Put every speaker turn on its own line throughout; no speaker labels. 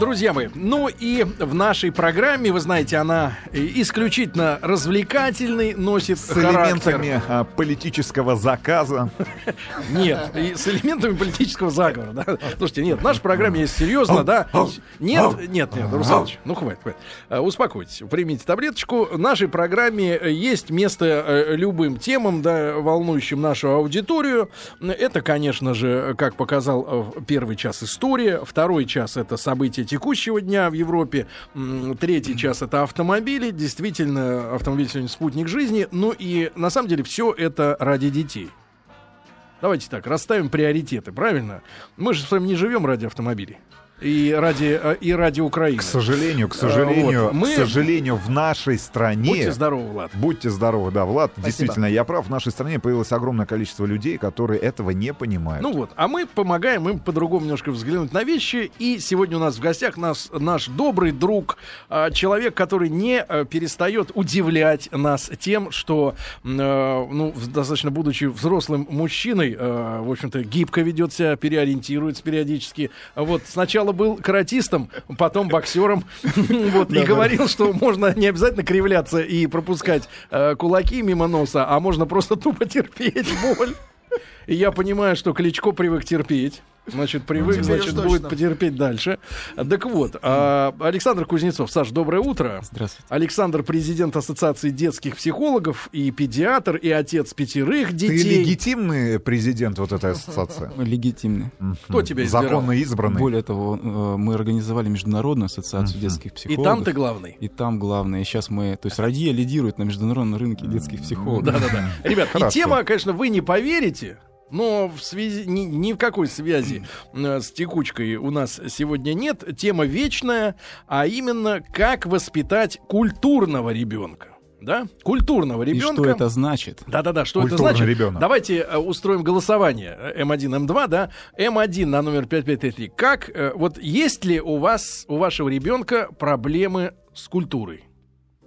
Друзья мои, ну и в нашей программе, вы знаете, она исключительно развлекательный, носит
С
характер.
элементами а, политического заказа.
Нет, и с элементами политического заговора, да. Слушайте, нет, в нашей программе есть серьезно, да. Нет, нет, нет, Русалыч, ну хватит, хватит. Э, Успокойтесь, примите таблеточку. В нашей программе э, есть место э, любым темам, да, волнующим нашу аудиторию. Это, конечно же, э, как показал э, в первый час история, второй час это события текущего дня в Европе, М, третий час это автомобили, действительно, автомобиль сегодня спутник жизни, ну и на самом деле все это ради детей. Давайте так, расставим приоритеты, правильно? Мы же с вами не живем ради автомобилей. И ради, э, и ради Украины.
К сожалению, к сожалению,
вот, мы-
к сожалению, в нашей стране...
Будьте здоровы, Влад.
Будьте здоровы, да, Влад, действительно, я прав. В нашей стране появилось огромное количество людей, которые этого не понимают.
Ну вот, а мы помогаем им по-другому немножко взглянуть на вещи. И сегодня у нас в гостях нас, наш добрый друг, э, человек, который не э, перестает удивлять нас тем, что, м, э, ну, в- достаточно будучи взрослым мужчиной, э, в общем-то, гибко ведет себя, переориентируется периодически. Вот, сначала был каратистом, потом боксером. Вот, и говорил, что можно не обязательно кривляться и пропускать э, кулаки мимо носа, а можно просто тупо терпеть боль. И я понимаю, что Кличко привык терпеть. Значит, привык,
теперь
значит,
уж точно.
будет потерпеть дальше. Так вот, а, Александр Кузнецов. Саш, доброе утро.
Здравствуйте.
Александр, президент Ассоциации детских психологов и педиатр, и отец пятерых
Ты
детей.
легитимный президент вот этой ассоциации?
Легитимны.
Кто тебя избирал?
Законно избранный.
Более того, э, мы организовали международную ассоциацию детских
И
психологов.
там ты главный.
И там главное. И сейчас мы... То есть Радия лидирует на международном рынке детских психологов.
Да-да-да. Ребят, и
Хорошо.
тема, конечно, вы не поверите, но в связи, ни, ни в какой связи э, с текучкой у нас сегодня нет. Тема вечная, а именно как воспитать культурного ребенка. Да? Культурного
И
ребенка.
что это значит?
Да-да-да, что это
Культурный
значит?
ребенок.
Давайте э, устроим голосование э, М1, М2, да? М1 на номер 5533. Как, э, вот есть ли у вас, у вашего ребенка проблемы с культурой?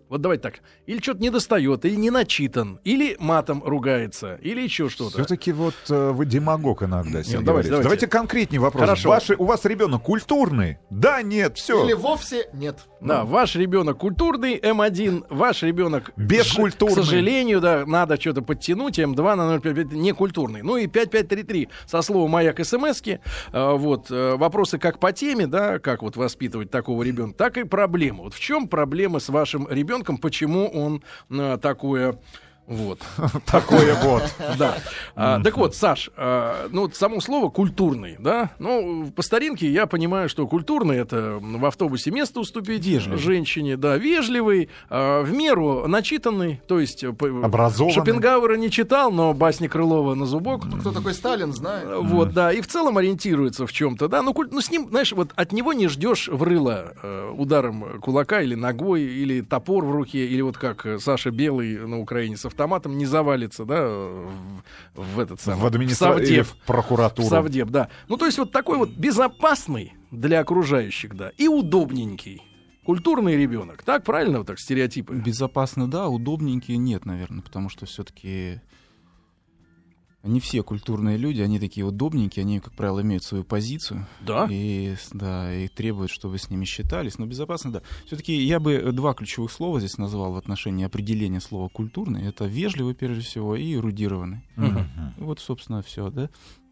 Вот давайте так. Или что-то не достает, или не начитан, или матом ругается, или еще что-то.
Все-таки вот э, вы демагог иногда, Сергей
давайте,
Валерьевич.
давайте.
конкретнее вопрос.
Хорошо.
Ваши- у вас ребенок культурный? Да, нет, все.
Или вовсе нет.
Да, ваш ребенок культурный, М1, ваш ребенок
Бескультурный.
К сожалению, да, надо что-то подтянуть, М2 на 0,55 не культурный. Ну и 5533 со слова маяк СМСки. Э, Вот, э, вопросы как по теме, да, как вот воспитывать такого ребенка, так и проблемы. Вот в чем проблема с вашим ребенком, почему он э, такое вот.
Такое вот.
Да. А, так вот, Саш, а, ну вот само слово культурный, да? Ну, по старинке я понимаю, что культурный это в автобусе место уступить
Вежливый.
женщине, да, вежливый, а, в меру начитанный, то есть э, по-
Образованный.
Шопенгауэра не читал, но басни Крылова на зубок.
Кто такой Сталин, знает.
Вот, да, и в целом ориентируется в чем-то, да, ну, куль- ну, с ним, знаешь, вот от него не ждешь в рыло э, ударом кулака или ногой, или топор в руке, или вот как э, Саша Белый на Украине с автоматом не завалится, да, э, в, в этот самый,
В администрацию,
Савдеп.
в прокуратуру.
В Савдеп, да. Ну, то есть вот такой вот безопасный для окружающих, да, и удобненький. Культурный ребенок, так правильно вот так стереотипы?
Безопасно, да, удобненькие нет, наверное, потому что все-таки не все культурные люди, они такие удобненькие, они, как правило, имеют свою позицию.
Да.
И, с- да, и требуют, чтобы с ними считались. Но безопасно, да. Все-таки я бы э, два ключевых слова здесь назвал в отношении определения слова «культурный». Это вежливый, прежде всего, и эрудированный.
Мгм.
Вот, собственно, все, да.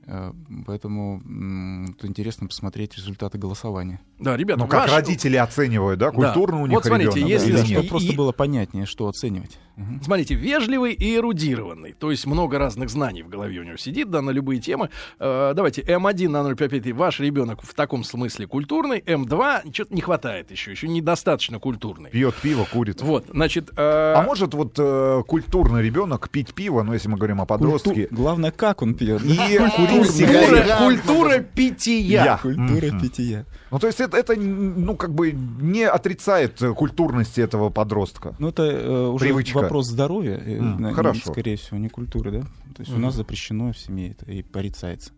Э, Поэтому м, тут интересно посмотреть результаты голосования.
Да, ребята,
Ну, как
ваш-
родители оценивают, да, культурно у них
Вот смотрите,
ребенок,
если
да,
что-
или
Чтобы
нет?
И-
просто
и-
было понятнее, что оценивать. Мгм.
Смотрите, вежливый и эрудированный. То есть много разных знаний в голове у него сидит, да, на любые темы. Э, давайте, М1 на 0,55, ваш ребенок в таком смысле культурный, М2 что-то не хватает еще, еще недостаточно культурный.
Пьет пиво, курит.
Вот, значит... э,
А может вот э, культурный ребенок пить пиво, ну если мы говорим о подростке,
Культу- Главное, как он пьет.
и
Культурный.
курить сигареты?
культура, культура питья.
Я.
Культура
Мгм.
питья.
Ну то есть это, это, ну как бы не отрицает э, культурности этого подростка.
Ну, это э, уже
Привычка.
вопрос здоровья. э,
М,
на-
хорошо.
Скорее всего, не культуры, да? То есть у нас запрещено в семье это и порицается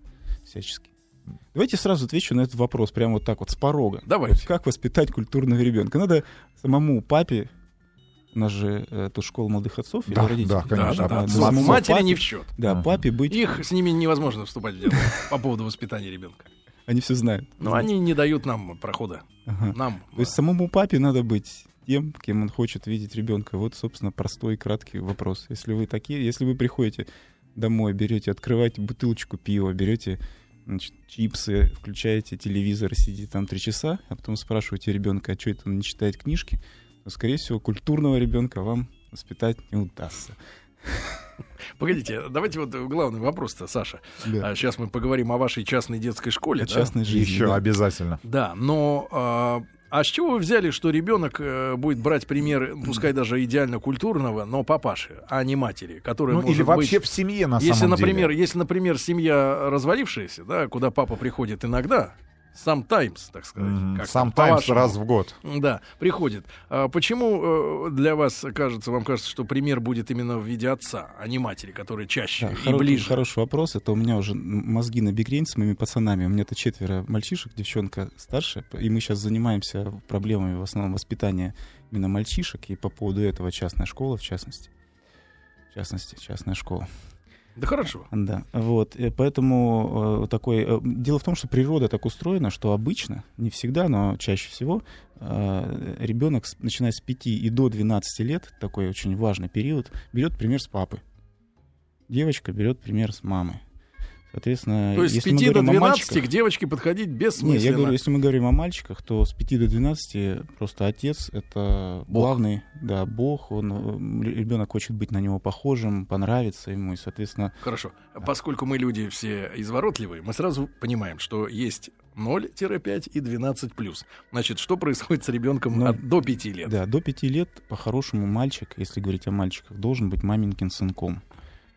всячески. Давайте сразу отвечу на этот вопрос, прямо вот так вот, с порога.
Давайте.
Вот Как воспитать культурного ребенка? Надо самому папе, у нас же э, это школа молодых отцов или
Да,
родителей?
да, конечно.
Да, да, да.
Надо
С-
самому
Матери
папе-
не в счет.
Да,
Мгм.
папе быть
Их с ними невозможно вступать в дело по поводу воспитания ребенка.
Они все знают.
Но Ну, они не дают нам прохода.
Ага.
Нам.
То есть самому папе надо быть тем, кем он хочет видеть ребенка. Вот, собственно, простой и краткий вопрос. Если вы такие, если вы приходите домой, берете, открываете бутылочку пива, берете значит, чипсы, включаете телевизор, сидите там три часа, а потом спрашиваете ребенка, а что это он не читает книжки, то, скорее всего, культурного ребенка вам воспитать не удастся.
Погодите, давайте вот главный вопрос-то, Саша. А
Да.
сейчас мы поговорим о вашей частной детской школе.
О
да?
частной жизни.
Еще
да.
обязательно.
Да, но а, а с чего вы взяли, что ребенок э, будет брать пример, пускай даже идеально культурного, но папаши, а не матери, которая
Ну
может
или вообще
быть-
в семье на
если,
самом
например,
деле.
если, например, семья развалившаяся, да, куда папа приходит иногда, sometimes, так сказать,
Мгм.
как там,
Sometimes
по-вашему.
раз в год.
Да, приходит. А почему э, для вас кажется, вам кажется, что пример будет именно в виде отца, а не матери, которая чаще
Да,
и
хоро-
ближе?
Хороший вопрос. Это у меня уже м- мозги на бикрень с моими пацанами. У меня-то четверо мальчишек, девчонка старше. И мы сейчас занимаемся проблемами в основном воспитания именно мальчишек. И по поводу этого частная школа, в частности. В частности, частная школа.
Да хорошо.
Да, вот, э, поэтому э, такой... э, Дело в том, что природа так устроена, что обычно, не всегда, но чаще всего, э, ребенок, с- начиная с 5 и до 12 лет, такой очень важный период, берет пример с папы. Девочка берет пример с мамы. Соответственно,
То есть с
Э, если мы
5 до
говорим о
12
мальчиках-
к девочке подходить
не,
бессмысленно.
я говорю, если мы говорим о мальчиках, то с 5 до 12 просто отец — это главный, да, бог, он, э, м, ребенок хочет быть на него похожим, понравится ему, и, соответственно,
Хорошо. Поскольку мы люди все изворотливые, мы сразу понимаем, что есть 0-5 и 12+. Значит, что происходит с ребенком
Ну,
от- до 5 лет?
Да, до пяти лет по-хорошему мальчик, если говорить о мальчиках, должен быть маменькин сынком.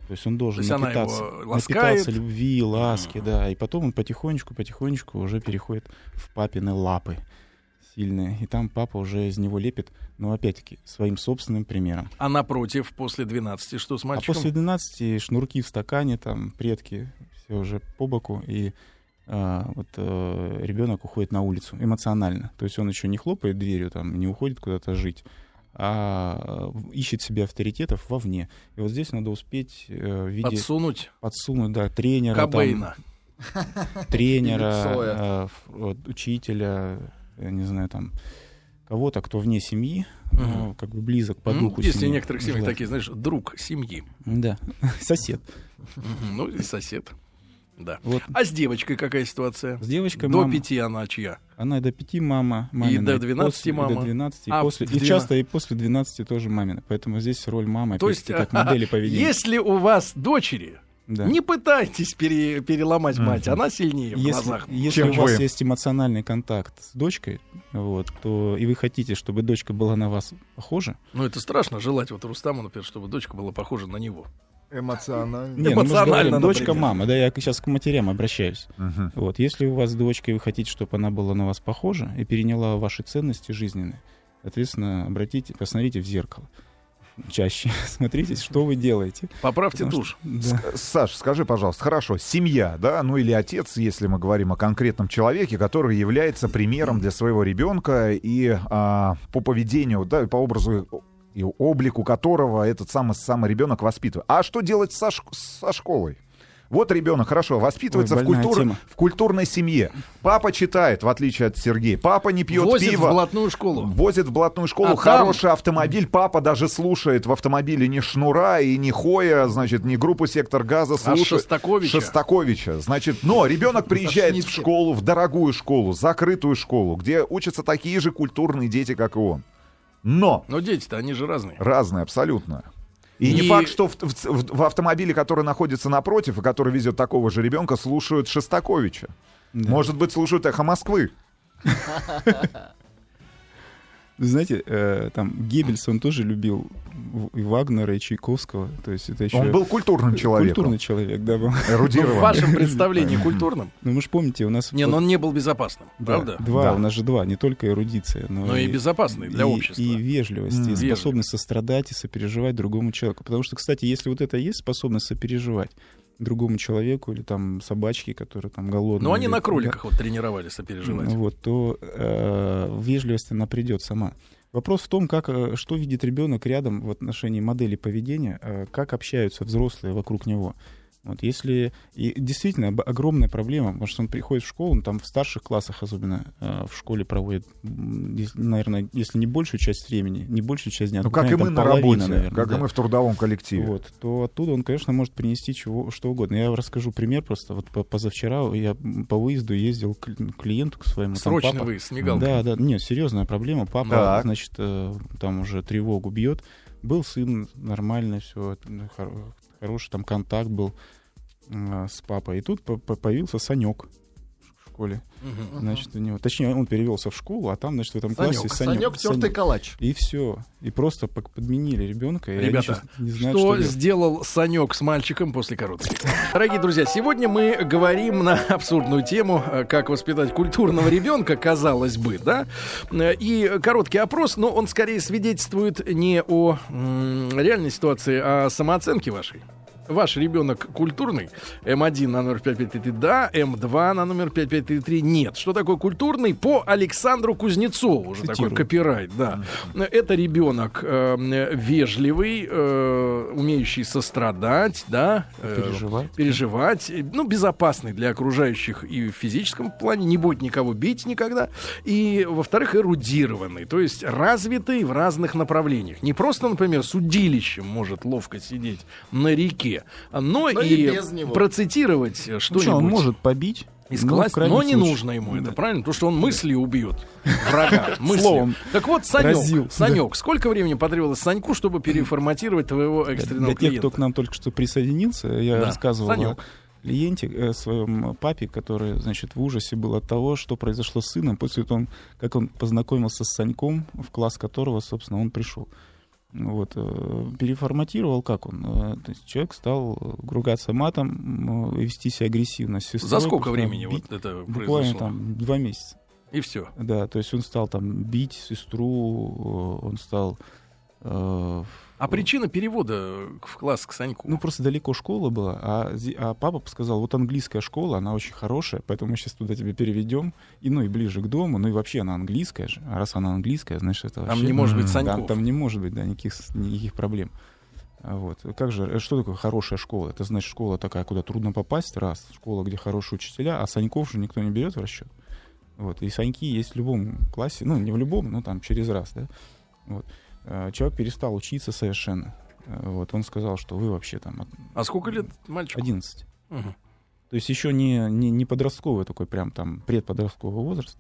То есть он
То
должен
есть она
напитаться,
его ласкает.
напитаться любви, ласки, да. И потом он потихонечку-потихонечку уже переходит в папины лапы сильные. И там папа уже из него лепит, но опять-таки своим собственным примером.
А напротив, после 12 что с мальчиком?
А после 12 шнурки в стакане, там предки все уже по боку, и а, вот ребенок уходит на улицу эмоционально. То есть он еще не хлопает дверью, там, не уходит куда-то жить, а э, в- ищет себе авторитетов вовне. И вот здесь надо успеть э, в виде
Подсунуть
подсунуть да, тренера, там,
Кобейна.
тренера,
Или Цоя.
э, ф- вот, учителя, я не знаю, там кого-то, кто вне семьи,
Мгм.
э, как бы близок по
Ну,
духу.
Есть в
семьи,
некоторых семьях
желательно.
такие, знаешь, друг семьи.
Да, сосед.
Мгм. Ну и сосед. Да.
Вот.
А с девочкой какая ситуация?
С девочкой
До
мама-
пяти она чья?
Она и до 5 мама, мамина,
до 12
после- и
мама.
до 12, и,
А,
после,
в
и
12.
часто и после 12 тоже мамина. Поэтому здесь роль мамы,
То есть,
опять-таки, как модели поведения.
Если у вас дочери,
Да.
не пытайтесь пере- переломать мать,
Мгм.
она сильнее в
Если,
глазах.
если
Чем
у вас
вы.
есть эмоциональный контакт с дочкой, вот, то и вы хотите, чтобы дочка была на вас похожа,
Ну, это страшно желать вот Рустаму, например, чтобы дочка была похожа на него.
Эмоционально.
не, ну, мы же
Эмоционально,
говорим, дочка
например.
мама, да, я сейчас к матерям обращаюсь.
Мгм.
Вот, если у вас дочка, и вы хотите, чтобы она была на вас похожа и переняла ваши ценности жизненные, соответственно, обратите, посмотрите в зеркало чаще, смотрите, что вы делаете.
Поправьте
Потому
тушь.
Да.
С- Саш, скажи, пожалуйста, хорошо, семья, да, ну или отец, если мы говорим о конкретном человеке, который является примером для своего ребенка и а, по поведению, да, и по образу и облику которого этот самый самый ребенок воспитывает. А что делать со, шк- со школой? Вот ребенок хорошо воспитывается
Ой,
в,
больная
культур-
тема.
в культурной семье. Папа читает, в отличие от Сергея. Папа не пьет
Возит
пиво.
в блатную школу.
Возит в блатную школу
А
хороший автомобиль. Папа даже слушает в автомобиле не Шнура и не Хоя, значит, не группу «Сектор газа»,
А
слушает
Шостаковича. Ну,
Шостаковича. Значит, но ребенок приезжает в
Шницкий.
школу, в дорогую школу, закрытую школу, где учатся такие же культурные дети, как и он. Но
Но дети-то, они же разные.
разные абсолютно. И,
И-
не факт, что в, в- в- в автомобиле, который находится напротив и который везет такого же ребенка, слушают Шостаковича.
Да.
Может быть, слушают «Эхо Москвы».
Вы знаете, э, там Геббельс, он тоже любил В- и Вагнера, и Чайковского. То есть это еще...
Он был культурным человеком.
Культурный человек, да, был.
Ну, в
эрудированным.
вашем представлении культурным.
Ну, вы же помните, у нас...
Не,
вот-
но он не был безопасным,
да,
правда?
Два,
Да.
у нас же два, не только эрудиция, но,
Но и безопасный для
и-
общества.
И вежливость,
М.
и способность сострадать и сопереживать другому человеку. Потому что, кстати, если вот это есть способность сопереживать другому человеку или там собачке, которая там голодная.
Но Ну, они
или-
на кроликах вот тренировались сопереживать.
Ну, Вот, то э, вежливость она придет сама. Вопрос в том, как, э, что видит ребенок рядом в отношении модели поведения, э, как общаются взрослые вокруг него. Вот если и действительно об- огромная проблема, потому что он приходит в школу, он там в старших классах особенно э, в школе проводит, м, ес- наверное, если не большую часть времени, не большую часть дня,
Ну,
то,
как и
наверное,
мы
там
на
половина,
работе,
наверное,
как
да.
и мы в трудовом коллективе.
Вот, то оттуда он, конечно, может принести чего, что угодно. Я расскажу пример просто. Вот по- позавчера я по выезду ездил к кли- клиенту к своему. ну, там
Срочно
папа-
выезд, с мигалкой.
Да, да, нет, серьезная проблема. Папа,
Так.
значит, э, там уже тревогу бьет. Был сын, нормально все, ну, хороший там контакт был а, с папой. И тут по- по- появился Санек в школе.
Мгм.
Значит, у него, точнее, он перевелся в школу, а там, значит, в этом
Санек.
классе Санек.
Санек тертый калач. А
И все. И просто пок- подменили ребенка.
Ребята,
не знают,
Что
делать.
сделал Санек с мальчиком после коротких? Дорогие друзья, сегодня мы говорим на абсурдную тему, э, как воспитать культурного ребенка, казалось бы, да? Э, И короткий опрос, но он скорее свидетельствует не о м, реальной ситуации, а о самооценке вашей. Ваш ребенок культурный? М1 на номер 5533 да, М2 на номер 5533 нет. Что такое культурный? По Александру Кузнецову. Уже такой
Цитирую.
копирайт, да. Это ребенок э, м, вежливый, э, умеющий сострадать, да, э,
Переживать.
переживать, э, ну, безопасный для окружающих и в физическом плане, не будет никого бить никогда. И, во-вторых, эрудированный, то есть развитый в разных направлениях. Не просто, например, с удилищем может ловко сидеть на реке, но,
Но
и,
и без него.
процитировать э,
Ну, что, он
что-нибудь.
может побить,
Из
но Ну, в
класс-
крайнем
но не
случае.
нужно ему это,
Да.
правильно? Потому что он мысли убьет врага. мыслью.
Словом.
Так вот, Санек,
Разил, да.
Санек, сколько времени потребовалось Саньку, чтобы переформатировать твоего
Для-
экстренного
Для тех, кто
клиента?
к нам только что присоединился, я
Да.
рассказывал
Санек.
о клиенте, э, своем папе, который, значит, в ужасе был от того, что произошло с сыном, после того, как он познакомился с Саньком, в класс которого, собственно, он пришел. Вот, э, переформатировал, как он. э, То есть человек стал э, ругаться матом, э, вести себя агрессивно. с сестрой,
За сколько
просто
времени
бить.
вот это
Буквально
произошло?
там два месяца.
И все.
Да, то есть он стал там бить сестру, э, он стал... э,
А причина перевода в класс к Саньку?
Ну, просто далеко школа была, а, зи- а папа сказал, вот английская школа, она очень хорошая, поэтому мы сейчас туда тебя переведем, и, ну, и ближе к дому, ну, и вообще она английская же, а раз она английская, значит, это
Там
вообще-
не может быть
м,
Саньков.
Там, там не может быть, да, никаких, с- никаких проблем. А Вот. Как же, э, что такое хорошая школа? Это значит школа такая, куда трудно попасть, раз. Школа, где хорошие учителя, а Саньков же никто не берет в расчет. Вот. И Саньки есть в любом классе, ну, не в любом, но там через раз, да. Вот. Э, Человек перестал учиться совершенно. Э, Вот. Он сказал, что вы вообще там от-
А сколько лет мальчику?
11.
Мгм.
То есть еще не, не, не подростковый а такой прям там предподростковый возраст.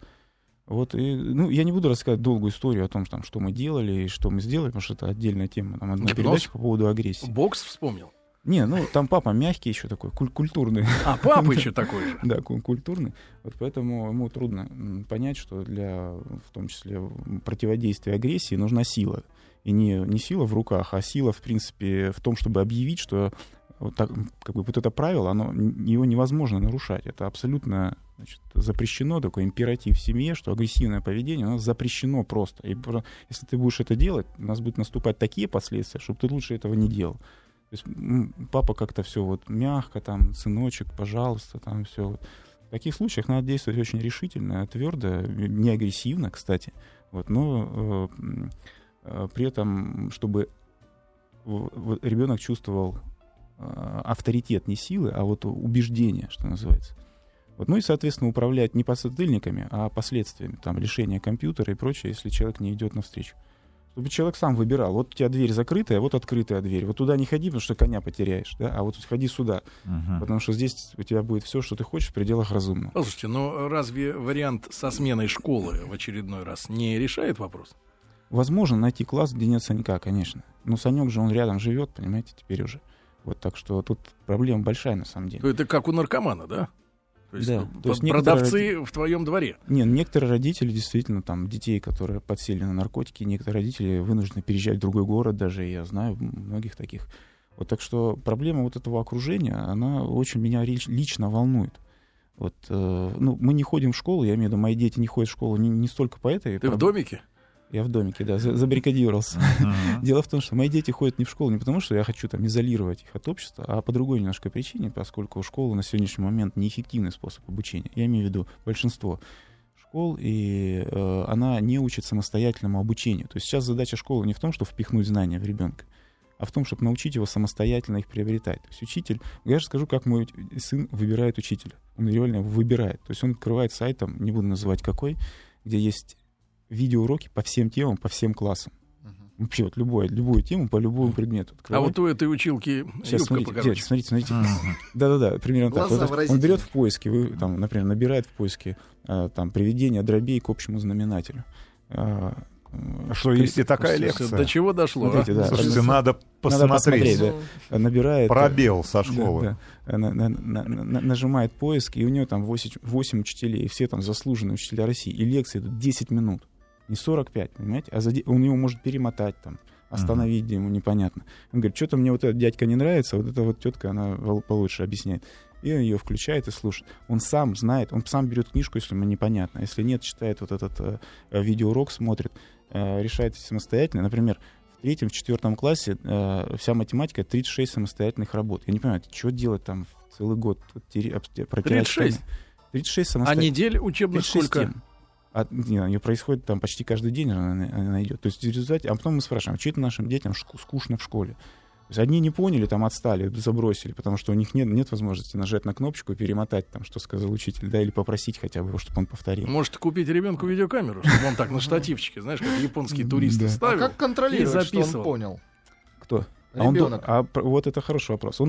Вот, и, ну, я не буду рассказывать долгую историю о том, там, что мы делали и что мы сделали, потому что это отдельная тема, там, одна
Гипноз?
передача по поводу агрессии.
Бокс вспомнил.
Не, ну, там папа мягкий еще такой, куль- культурный,
А папа еще такой же.
да, куль- культурный, вот поэтому ему трудно м, понять, что для, в том числе, м, противодействия агрессии нужна сила. И не, не сила в руках, а сила, в принципе, в том, чтобы объявить, что вот, так, как бы, вот это правило, оно, н- его невозможно нарушать. Это абсолютно значит, запрещено, такой императив в семье, что агрессивное поведение, оно запрещено просто. И про- если ты будешь это делать, у нас будут наступать такие последствия, чтобы ты лучше этого не делал. То есть м, папа как-то все вот мягко, там, сыночек, пожалуйста, там все вот. В таких случаях надо действовать очень решительно, твердо, не агрессивно, кстати, вот, но э, м, э, при этом, чтобы в- в- ребенок чувствовал э, авторитет не силы, а вот убеждение, что называется. Вот, ну и, соответственно, управлять не подсадыльниками, а последствиями, там, лишения компьютера и прочее, если человек не идет навстречу. Чтобы человек сам выбирал. Вот у тебя дверь закрытая, вот открытая дверь. Вот туда не ходи, потому что коня потеряешь, да? а вот ходи сюда,
Мгм.
потому что здесь у тебя будет все, что ты хочешь в пределах разумного.
Слушайте, но разве вариант со сменой школы в очередной раз не решает вопрос?
Возможно найти класс, где нет Санька, конечно. Но Санек же, он рядом живет, понимаете, теперь уже. Вот так что тут проблема большая на самом деле.
То это как у наркомана, да? То есть,
Да.
ну,
То есть
п-
некоторые
продавцы в твоем дворе.
Не, ну, некоторые родители действительно там детей, которые подсели на наркотики, некоторые родители вынуждены переезжать в другой город даже, я знаю многих таких. Вот так что проблема вот этого окружения, она очень меня рич- лично волнует. Вот, э, ну, мы не ходим в школу, я имею в виду, мои дети не ходят в школу не, не столько по этой...
Ты в
проб-
домике?
Я в домике, да, за- забаррикадировался.
Мгм.
Дело в том, что мои дети ходят не в школу не потому, что я хочу там изолировать их от общества, а по другой немножко причине, поскольку школа на сегодняшний момент неэффективный способ обучения. Я имею в виду большинство школ, и э, она не учит самостоятельному обучению. То есть сейчас задача школы не в том, чтобы впихнуть знания в ребенка, а в том, чтобы научить его самостоятельно их приобретать. То есть учитель, я же скажу, как мой сын выбирает учителя. Он реально его выбирает. То есть он открывает сайт, там, не буду называть какой, где есть видеоуроки по всем темам, по всем классам.
Мгм.
Вообще вот любую, любую тему по любому предмету.
А
открывает.
вот у этой училки
Сейчас,
юбка
смотрите,
покороче.
дядь, смотрите, смотрите. Да-да-да, примерно так.
Глаза
Вот он
выразительные.
берет в поиске, вы, там, например, набирает в поиске а, там, приведение дробей к общему знаменателю. А, м,
Что есть и такая
Слушайте,
лекция.
До чего дошло?
Смотрите,
а?
да.
Слушайте,
Надо
надо посмотреть.
посмотреть, а, набирает...
Пробел со
э, да,
школы.
да. На- на- на- на- нажимает поиск, и у него там 8, учителей, и все там заслуженные учителя России. И лекции идут 10 минут, не 45, понимаете? А за де- он его может перемотать там, остановить, где ему непонятно. Он говорит, что-то мне вот этот дядька не нравится, а вот эта вот тетка, она вол- получше объясняет. И он ее включает и слушает. Он сам знает, он сам берет книжку, если ему непонятно. Если нет, читает вот этот э, э, видеоурок, смотрит, э, решает самостоятельно. Например, в третьем, в четвертом классе э, вся математика 36 самостоятельных работ. Я не понимаю, что делать там в целый год? Тут тери- обсте- протирать
36?
штаны. 36
А
самостоятельных.
недель учебных
36
сколько?
тем. А, не, она происходит там почти каждый день она, она идет. То есть в результате, а потом мы спрашиваем, что это нашим детям шку- скучно в школе? То есть одни не поняли, там отстали, забросили, потому что у них нет, нет возможности нажать на кнопочку и перемотать там, что сказал учитель, да, или попросить хотя бы его, чтобы он повторил.
Может, купить ребенку видеокамеру, чтобы он так на штативчике, знаешь, как японские туристы
Да.
А
ставят.
как контролировать, что он
записывал.
понял?
Кто? А он
Ребенок.
до- а, про- вот это хороший вопрос. Он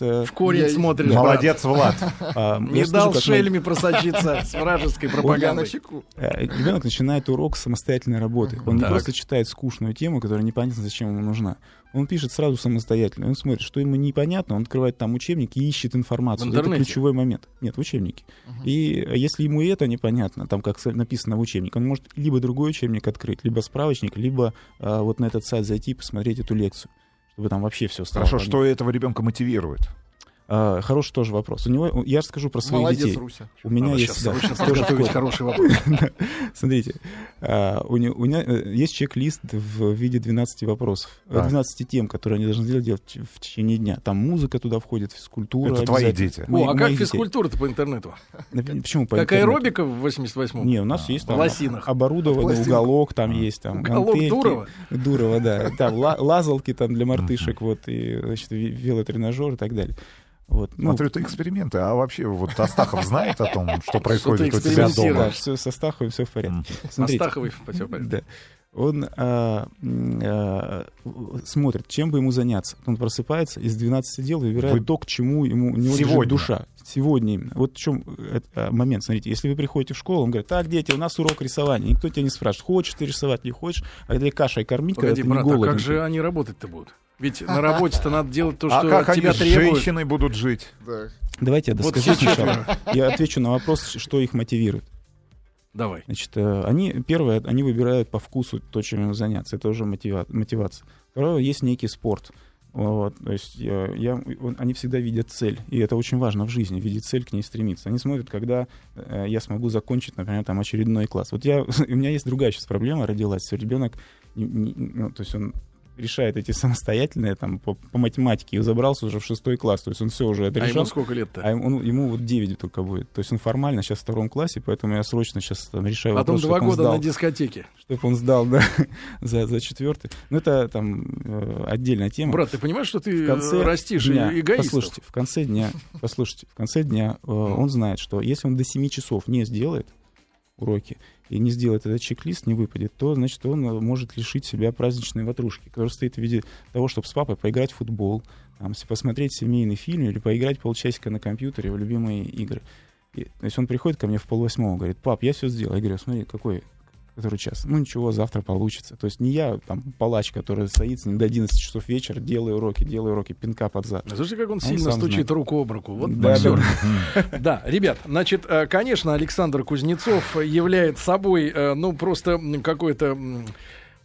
э,
В корень
Я-
смотришь. брат.
Молодец, Влад.
а,
Не
я скажу,
дал
как мы-
шельме просочиться с вражеской
Я на
пропагандой.
чеку.
Э, Ребенок начинает урок с самостоятельной работы. Он не
Так.
просто читает скучную тему, которая непонятно, зачем ему нужна. Он пишет сразу самостоятельно. Он смотрит, что ему непонятно, он открывает там учебник и ищет информацию.
В
это
интернете?
ключевой момент. Нет, в учебнике.
Мгм.
И а если ему и это непонятно, там как с- написано в учебнике, он может либо другой учебник открыть, либо справочник, либо а, вот на этот сайт зайти и посмотреть эту лекцию, чтобы там вообще все стало.
Хорошо,
понятно.
что этого ребенка мотивирует?
А, хороший тоже вопрос. У него, я расскажу про своих
Молодец,
детей.
Руся.
У меня
Надо
есть
щас
да,
срочно
тоже
подготовить
такой-
хороший вопрос.
Смотрите, а, у, не- у меня э, есть чек-лист в виде 12 вопросов, э,
Так.
12 тем, которые они должны делать, делать в течение дня. Там музыка туда входит, физкультура.
Это твои
обязательно.
дети.
Мои-
О, а как
моих детей.
физкультура-то по интернету?
Напи- Почему по
Как
интернету? Ну,
аэробика в 88-м?
Не, у нас
А,
есть там
лосинах.
оборудованный
Пластинка.
уголок, там есть там
Уголок
гантельки.
Дурова?
Дурова, да. Там ла- лазалки там для мартышек, вот, и, значит, ви- велотренажер и так далее. Вот. Ну,
Смотрю, это эксперименты. А вообще, вот Астахов знает о том, что происходит у тебя
экспериментируешь.
дома?
все со Стаховым все в порядке. Смотрите.
Астаховый, всё понятно.
Да. Он а, м, а, в- смотрит, чем бы ему заняться. Он просыпается из 12 дел и выбирает
Вы-
то, к чему ему у него лежит
Сегодня.
душа. Сегодня именно. Вот в чем э, э, момент. Смотрите, если вы приходите в школу, он говорит, так, дети, у нас урок рисования. Никто тебя не спрашивает, хочешь ты рисовать, не хочешь. А где кашей кормить,
Погоди,
когда ты
брат,
не
а
голодный.
как же они работать-то будут? Ведь на работе-то надо делать то,
А
что
как
от
они
тебя
с
требуют.
женщиной будут жить?
Да.
Давайте я
Вот
доскажу
все
сначала. Я отвечу на вопрос, что их мотивирует.
Давай. А
Значит, э, они, первое, они выбирают по вкусу то, чем им заняться. Это уже мотива- мотивация. Второе, есть некий спорт. Вот, то есть э, я, он- они всегда видят цель, и это очень важно в жизни, видеть цель, к ней стремиться. Они смотрят, когда э, я смогу закончить, например, там очередной класс. Вот я, у меня есть другая сейчас проблема родилась, что ребенок, не- не- ну, то есть он решает эти самостоятельные там по, по математике и забрался уже в шестой класс, то есть он все уже
А
отрешал.
ему сколько лет-то?
А ему, он- ему вот 9 только будет. То есть он формально сейчас в втором классе, поэтому я срочно сейчас там решаю
Потом
вопрос,
два
чтоб он
года
сдал,
на дискотеке.
чтоб он сдал, да, за, за четвертый. Ну, это там э, отдельная тема.
Брат, ты понимаешь, что ты
в конце
э, растишь
дня,
и- эгоистов? Ну.
послушайте, в конце дня, послушайте, в конце дня э, он знает, что если он до 7 часов не сделает уроки и не сделает этот чек-лист, не выпадет, то, значит, он э, может лишить себя праздничной ватрушки, которая стоит в виде того, чтобы с папой поиграть в футбол, там, с- посмотреть семейный фильм или поиграть полчасика на компьютере в любимые игры. И, то есть он приходит ко мне в полвосьмого, говорит, пап, я все сделал. Я говорю, смотри, какой который час. Ну ничего, завтра получится. То есть не я, там, палач, который стоит с ним до 11 часов вечера, делаю уроки, делаю уроки, пинка под зад.
Слушай, как он,
сам
сильно стучит
знает.
руку об руку. Вот
Да,
боксер.
да.
Да, ребят, значит, э, конечно, Александр Кузнецов являет собой, э, ну, просто м, какое-то м,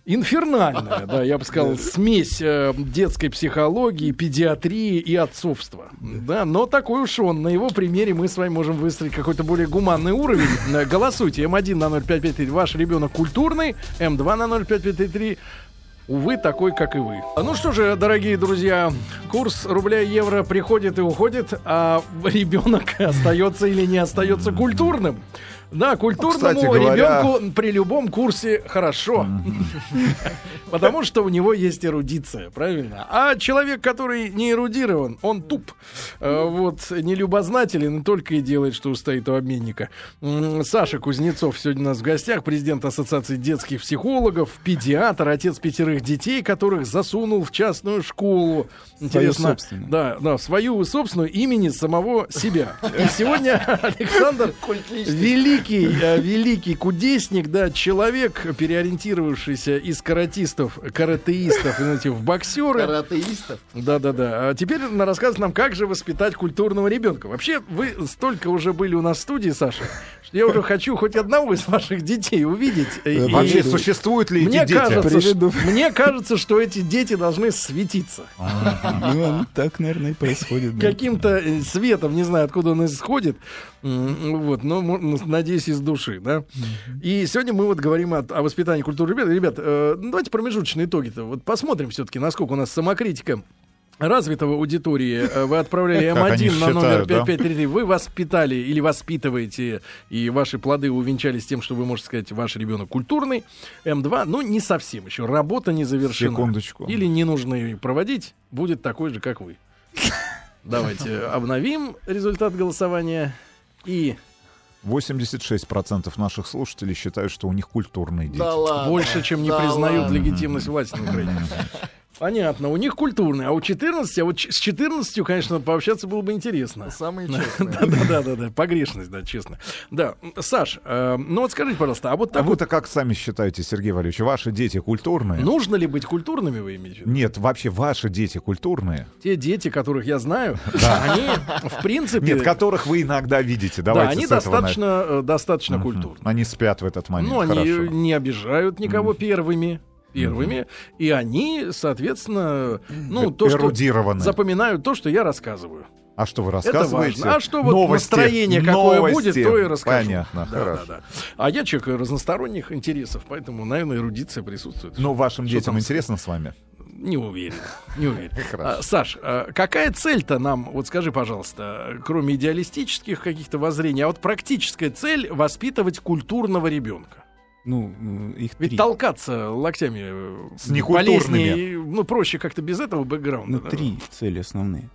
инфернальное, да, я бы сказал, смесь э, детской психологии, педиатрии и отцовства. Да, но такой уж он. На его примере мы с вами можем выстроить какой-то более гуманный уровень. Э, Голосуйте. М1 на 0553. Ваш ребенок культурный. М2 на 0553. Увы, такой, как и вы. А Ну что же, дорогие друзья, курс рубля и евро приходит и уходит, а ребенок остается или не остается культурным. Да, культурному
Кстати говоря-
ребенку при любом курсе хорошо. Потому что у него есть эрудиция, правильно? А человек, который не эрудирован, он туп. Э, Вот, нелюбознателен и только и делает, что стоит у обменника. М, Саша Кузнецов сегодня у нас в гостях, президент Ассоциации детских психологов, педиатр, отец пятерых детей, которых засунул в частную школу. Интересно,
собственную.
да, да, свою собственную имени самого себя. И сегодня Александр
Культ личности.
Великий, э, великий кудесник, да, человек, переориентировавшийся из каратистов, каратеистов, знаете, в боксеры.
Каратеистов.
Да-да-да. А теперь на рассказ нам, как же воспитать культурного ребенка. Вообще, вы столько уже были у нас в студии, Саша, что я уже хочу хоть одного из ваших детей увидеть. И-
Э, Вообще,
и-
существуют ли
мне
эти дети?
кажется, что,
Приведу.
мне кажется, что эти дети должны светиться
Ну, оно так, наверное, и происходит. да.
каким-то э, светом, не знаю, откуда он исходит. М, Вот, но мо- ну, надеюсь, из души, да. И сегодня мы вот говорим от- о, воспитании культуры ребят. Ребят, э, ну, давайте промежуточные итоги-то. Вот посмотрим все-таки, насколько у нас самокритика развитого аудитории. Э, Вы отправляли
Как они
М1 на номер
считают, да?
5533. Вы воспитали или воспитываете, и ваши плоды увенчались тем, что вы можете сказать, ваш ребенок культурный. М2, ну, не совсем еще. Работа не завершена.
Секундочку.
Или не нужно ее проводить, будет такой же, как вы. Давайте обновим результат голосования. И
86% наших слушателей считают, что у них культурные дети.
Да ладно.
больше, чем не
Да
признают
ладно.
легитимность власти на Украине. Понятно, у них культурный, а у 14, а вот ч- с 14, конечно, пообщаться было бы интересно.
Самые
Да,
честные.
да, да, да, да, погрешность, да, честно. Да, Саш, э, ну вот скажите, пожалуйста, а вот
А
так вот,
вы-то как сами считаете, Сергей Валерьевич, ваши дети культурные?
нужно ли быть культурными, вы имеете в виду?
Нет, вообще ваши дети культурные?
Те дети, которых я знаю, они, в принципе,
Нет, которых вы иногда видите.
да,
Давайте
э, они
с этого начнем.
достаточно, э, достаточно
Мгм.
культурны.
Они спят в этот момент.
Ну, они
хорошо.
не обижают никого первыми. Первыми. И они, соответственно, ну, то, что
Эрудированы.
запоминают то, что я рассказываю.
Э, А что вы
Это
рассказываете?
важно. А что вот
Новости.
настроение какое
Новости.
будет, то и расскажу.
Понятно,
Да,
хорошо.
да, да. А я человек разносторонних интересов, поэтому, наверное, эрудиция присутствует.
Ну, вашим
Что
детям
там?
интересно с вами?
Не уверен. Не уверен.
Хорошо.
А, Саш, а какая цель-то нам, вот скажи, пожалуйста, кроме идеалистических каких-то воззрений, а вот практическая цель воспитывать культурного ребенка?
Ну, м, их
Ведь
три.
толкаться локтями э,
С некультурными.
полезнее, ну, проще как-то без этого бэкграунда.
Ну, три цели основные.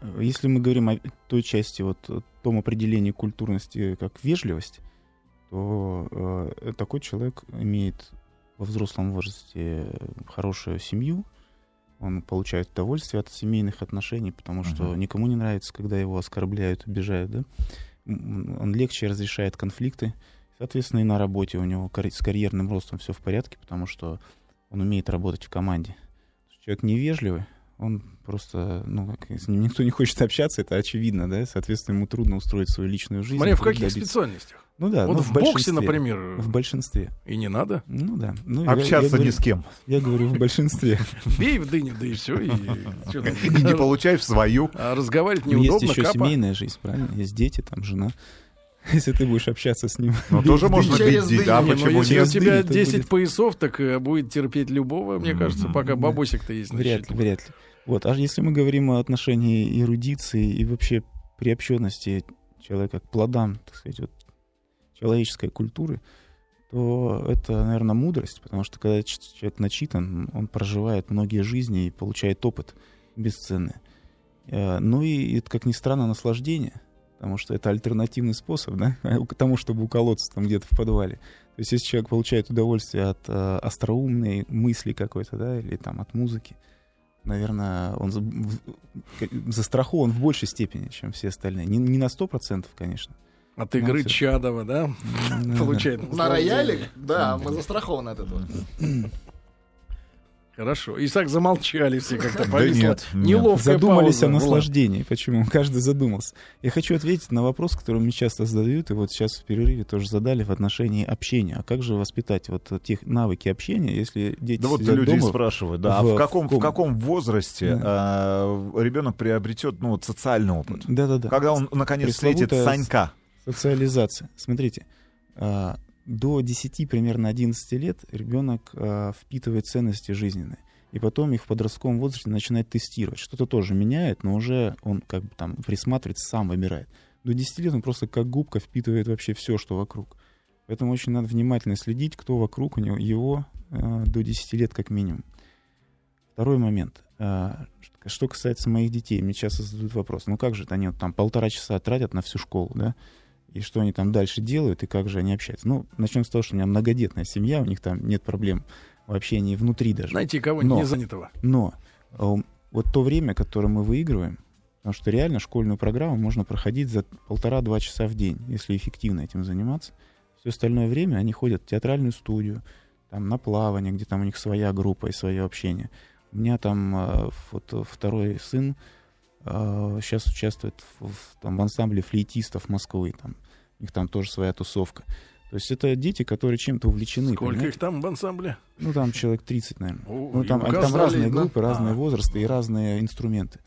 Э, Если мы говорим о той части, вот о том определении культурности как вежливость, то э, такой человек имеет во взрослом возрасте э, хорошую семью, он получает удовольствие от семейных отношений, потому что
Мгм.
никому не нравится, когда его оскорбляют, обижают, да? М, Он легче разрешает конфликты. Соответственно, и на работе у него карь- с карьерным ростом все в порядке, потому что он умеет работать в команде. Человек невежливый, он просто, ну, как, с ним никто не хочет общаться, это очевидно, да? Соответственно, ему трудно устроить свою личную жизнь.
Смотри, а в
трудно
каких
добиться-
специальностях?
Ну да,
вот
ну,
в боксе,
большинстве.
например,
В большинстве.
и не надо.
Ну да. Ну, я-
Общаться
я,
ни
говорю-
с кем.
Я говорю в большинстве.
Бей в дыню, да и все. И, чё там.
И не получай в свою.
А разговаривать
Ну,
неудобно,
Есть еще
капа.
семейная жизнь, правильно? Есть дети, там жена. Если ты будешь общаться с ним.
Но тоже можно бить
Через
детей.
дыню.
А
Не, ну,
почему
если
нет?
у тебя
Раздыли, то
10
будет.
поясов, так э, будет терпеть любого, мне кажется,
Мгм.
пока
Да.
бабосик-то есть.
Вряд ли,
значительный.
вряд ли. Вот, а если мы говорим о отношении эрудиции и вообще приобщенности человека к плодам, так сказать, вот, человеческой культуры, то это, наверное, мудрость, потому что когда ч- человек начитан, он проживает многие жизни и получает опыт бесценный. Э, Ну и, это, как ни странно, наслаждение, потому что это альтернативный способ, да, к тому, чтобы уколоться там где-то в подвале. То есть если человек получает удовольствие от э, остроумной мысли какой-то, да, или там от музыки, наверное, он за- в- к- застрахован в большей степени, чем все остальные. Не, не на 100%, конечно.
От игры
Ну, всё.
Чадова, да,
Наверное.
получает.
На
наслаждение.
рояле? Да, мы застрахованы от этого.
Хорошо. И так замолчали все как-то
Да
повисло.
нет, нет.
Неловкая
Задумались
пауза
о
была.
наслаждении. Почему? Каждый задумался. Я хочу ответить на вопрос, который мне часто задают, и вот сейчас в перерыве тоже задали в отношении общения. А как же воспитать вот э, тех навыки общения, если дети
Да вот
сидят
люди и
дома?
спрашивают, да, а в
в-
каком, в
ком-
каком возрасте
Да.
а, ребенок приобретет ну, вот социальный опыт?
Да-да-да.
Когда он наконец встретит
Пресловутая
Санька?
Социализация. Смотрите, а, до 10, примерно 11 лет ребенок а, впитывает ценности жизненные. И потом их в подростковом возрасте начинает тестировать. Что-то тоже меняет, но уже он как бы там присматривается, сам выбирает. до 10 лет он просто как губка впитывает вообще все, что вокруг. Поэтому очень надо внимательно следить, кто вокруг у него, его э, до 10 лет как минимум. Второй момент. Э, что касается моих детей, мне часто задают вопрос, ну как же это они вот там полтора часа тратят на всю школу, да? И что они там дальше делают, и как же они общаются? Ну, начнем с того, что у меня многодетная семья, у них там нет проблем в общении внутри даже.
Найти кого-нибудь
Но.
не занятого.
Но э, вот то время, которое мы выигрываем, потому что реально школьную программу можно проходить за полтора-два часа в день, если эффективно этим заниматься. Все остальное время они ходят в театральную студию, там на плавание, где там у них своя группа и свое общение. У меня там э, вот второй сын сейчас участвует в, в- там, в ансамбле флейтистов Москвы, там у них там тоже своя тусовка. То есть это дети, которые чем-то увлечены.
Сколько
понимаете?
их там в ансамбле?
Ну там человек 30, наверное.
О,
Ну,
и
там, они- там
указали на-
разные
А.
группы, разные возрасты и разные инструменты.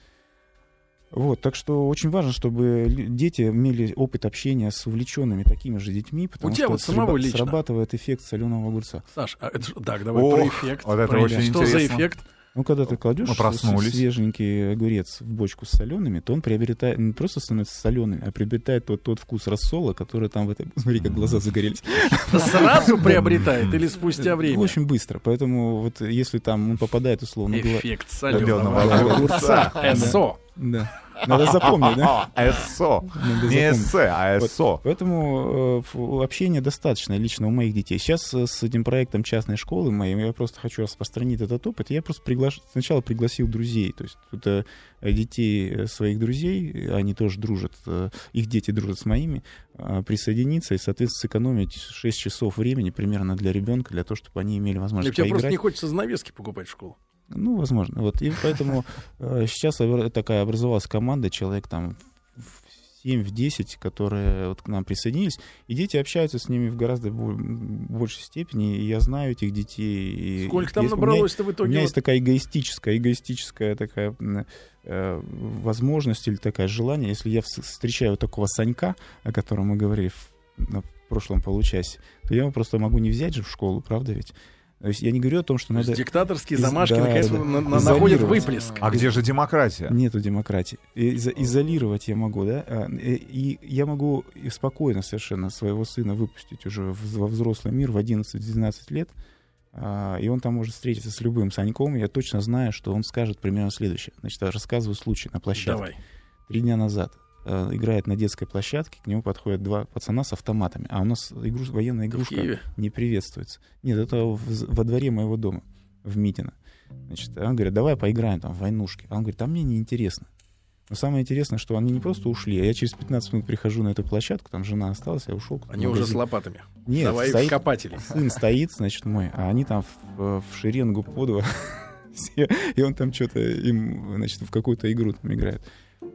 Вот, так что очень важно, чтобы лю- дети имели опыт общения с увлеченными такими же детьми, потому
тебя
что
вот самого
срыба-
лично.
срабатывает эффект соленого огурца.
Саш, а это ж- так, давай
Ох,
про эффект.
вот это
про
очень
эффект. Что за
интересно.
эффект?
Ну, когда ты кладешь
Мы проснулись.
с- свеженький огурец в бочку с солеными, то он приобретает не просто становится соленым, а приобретает тот, тот вкус рассола, который там в этой... Смотри, как глаза загорелись.
Сразу приобретает или спустя время?
Очень быстро. Поэтому вот если там он попадает, условно говоря...
Эффект
Соленого
соленого огурца. СО.
Да. Надо запомнить, да?
СО.
Надо
А, Не
запомнить.
эссе, а
Вот.
СО.
Поэтому э, ф- общения достаточно лично у моих детей. Сейчас э, с этим проектом частной школы моим я просто хочу распространить этот опыт. Я просто пригла- сначала пригласил друзей, то есть тут э, детей э, своих друзей, э, они тоже дружат, э, их дети дружат с моими, э, присоединиться и, соответственно, сэкономить 6 часов времени примерно для ребенка, для того, чтобы они имели
Или
возможность
Ну, тебе
поиграть.
просто не хочется занавески покупать в школу?
Ну, возможно. Вот. И поэтому э, сейчас обра- такая образовалась команда, человек там в 7-10, которые вот к нам присоединились. И дети общаются с ними в гораздо бо- большей степени. И я знаю этих детей. и
Сколько
их
там
есть- у меня
набралось-то в
у меня
итоге?
есть такая эгоистическая, эгоистическая такая м, э, возможность или такое желание, если я вс- встречаю вот такого Санька, о котором мы говорили в, на прошлом получасе, то я его просто могу не взять же в школу, правда ведь? То есть я не говорю о том, что
То есть
надо...
Диктаторские
из-
замашки
да,
наконец
да.
Ну, на- на- находят
Изолировать.
выплеск.
А где же демократия?
Нету демократии. И- изо- изолировать я могу, да? А, э, И я могу и спокойно совершенно своего сына выпустить уже в- во взрослый мир в 11-12 лет, а, и он там может встретиться с любым Саньком. Я точно знаю, что он скажет примерно следующее. Значит, я рассказываю случай на площадке.
Давай.
Три дня назад э, играет на детской площадке, к нему подходят два пацана с автоматами. А у нас игру- военная
В
игрушка
Киеве.
не приветствуется. Нет, это в- во дворе моего дома, в Митино. Значит, а он говорит, давай поиграем там в войнушки. А он говорит, а мне неинтересно. Но самое интересное, что они не просто ушли, а я через 15 минут прихожу на эту площадку, там жена осталась, я ушел.
Они уже с лопатами.
Нет,
Давай
стоит-
копатели.
сын стоит, значит, мой, а они там в, в шеренгу подва. все, и он там что-то им, значит, в какую-то игру там играет.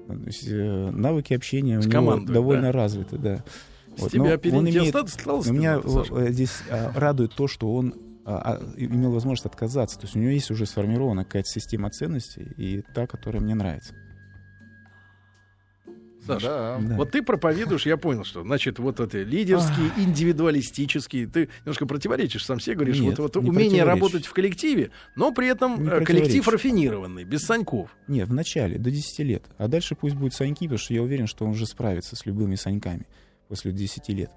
То есть, э, навыки общения у
С
него
командой,
довольно развиты, да.
С
Вот,
тебя
но он
опередить
имеет-
осталось? осталось
но меня
стыдно-то, Саша?
э, здесь а, радует то, что он а, а, имел возможность отказаться. То есть у него есть уже сформирована какая-то система ценностей, и та, которая мне нравится.
Саша,
Да.
Да.
А, Вот ты проповедуешь, я понял, что, значит, вот это лидерские, индивидуалистические. Ты немножко противоречишь сам себе, говоришь,
Нет,
вот, вот
не
умение
противоречу.
работать в коллективе, но при этом
Не
э, коллектив
противоречу.
рафинированный, без саньков.
Нет, в начале, до 10 лет. А дальше пусть будет Саньки, потому что я уверен, что он уже справится с любыми Саньками после 10 лет.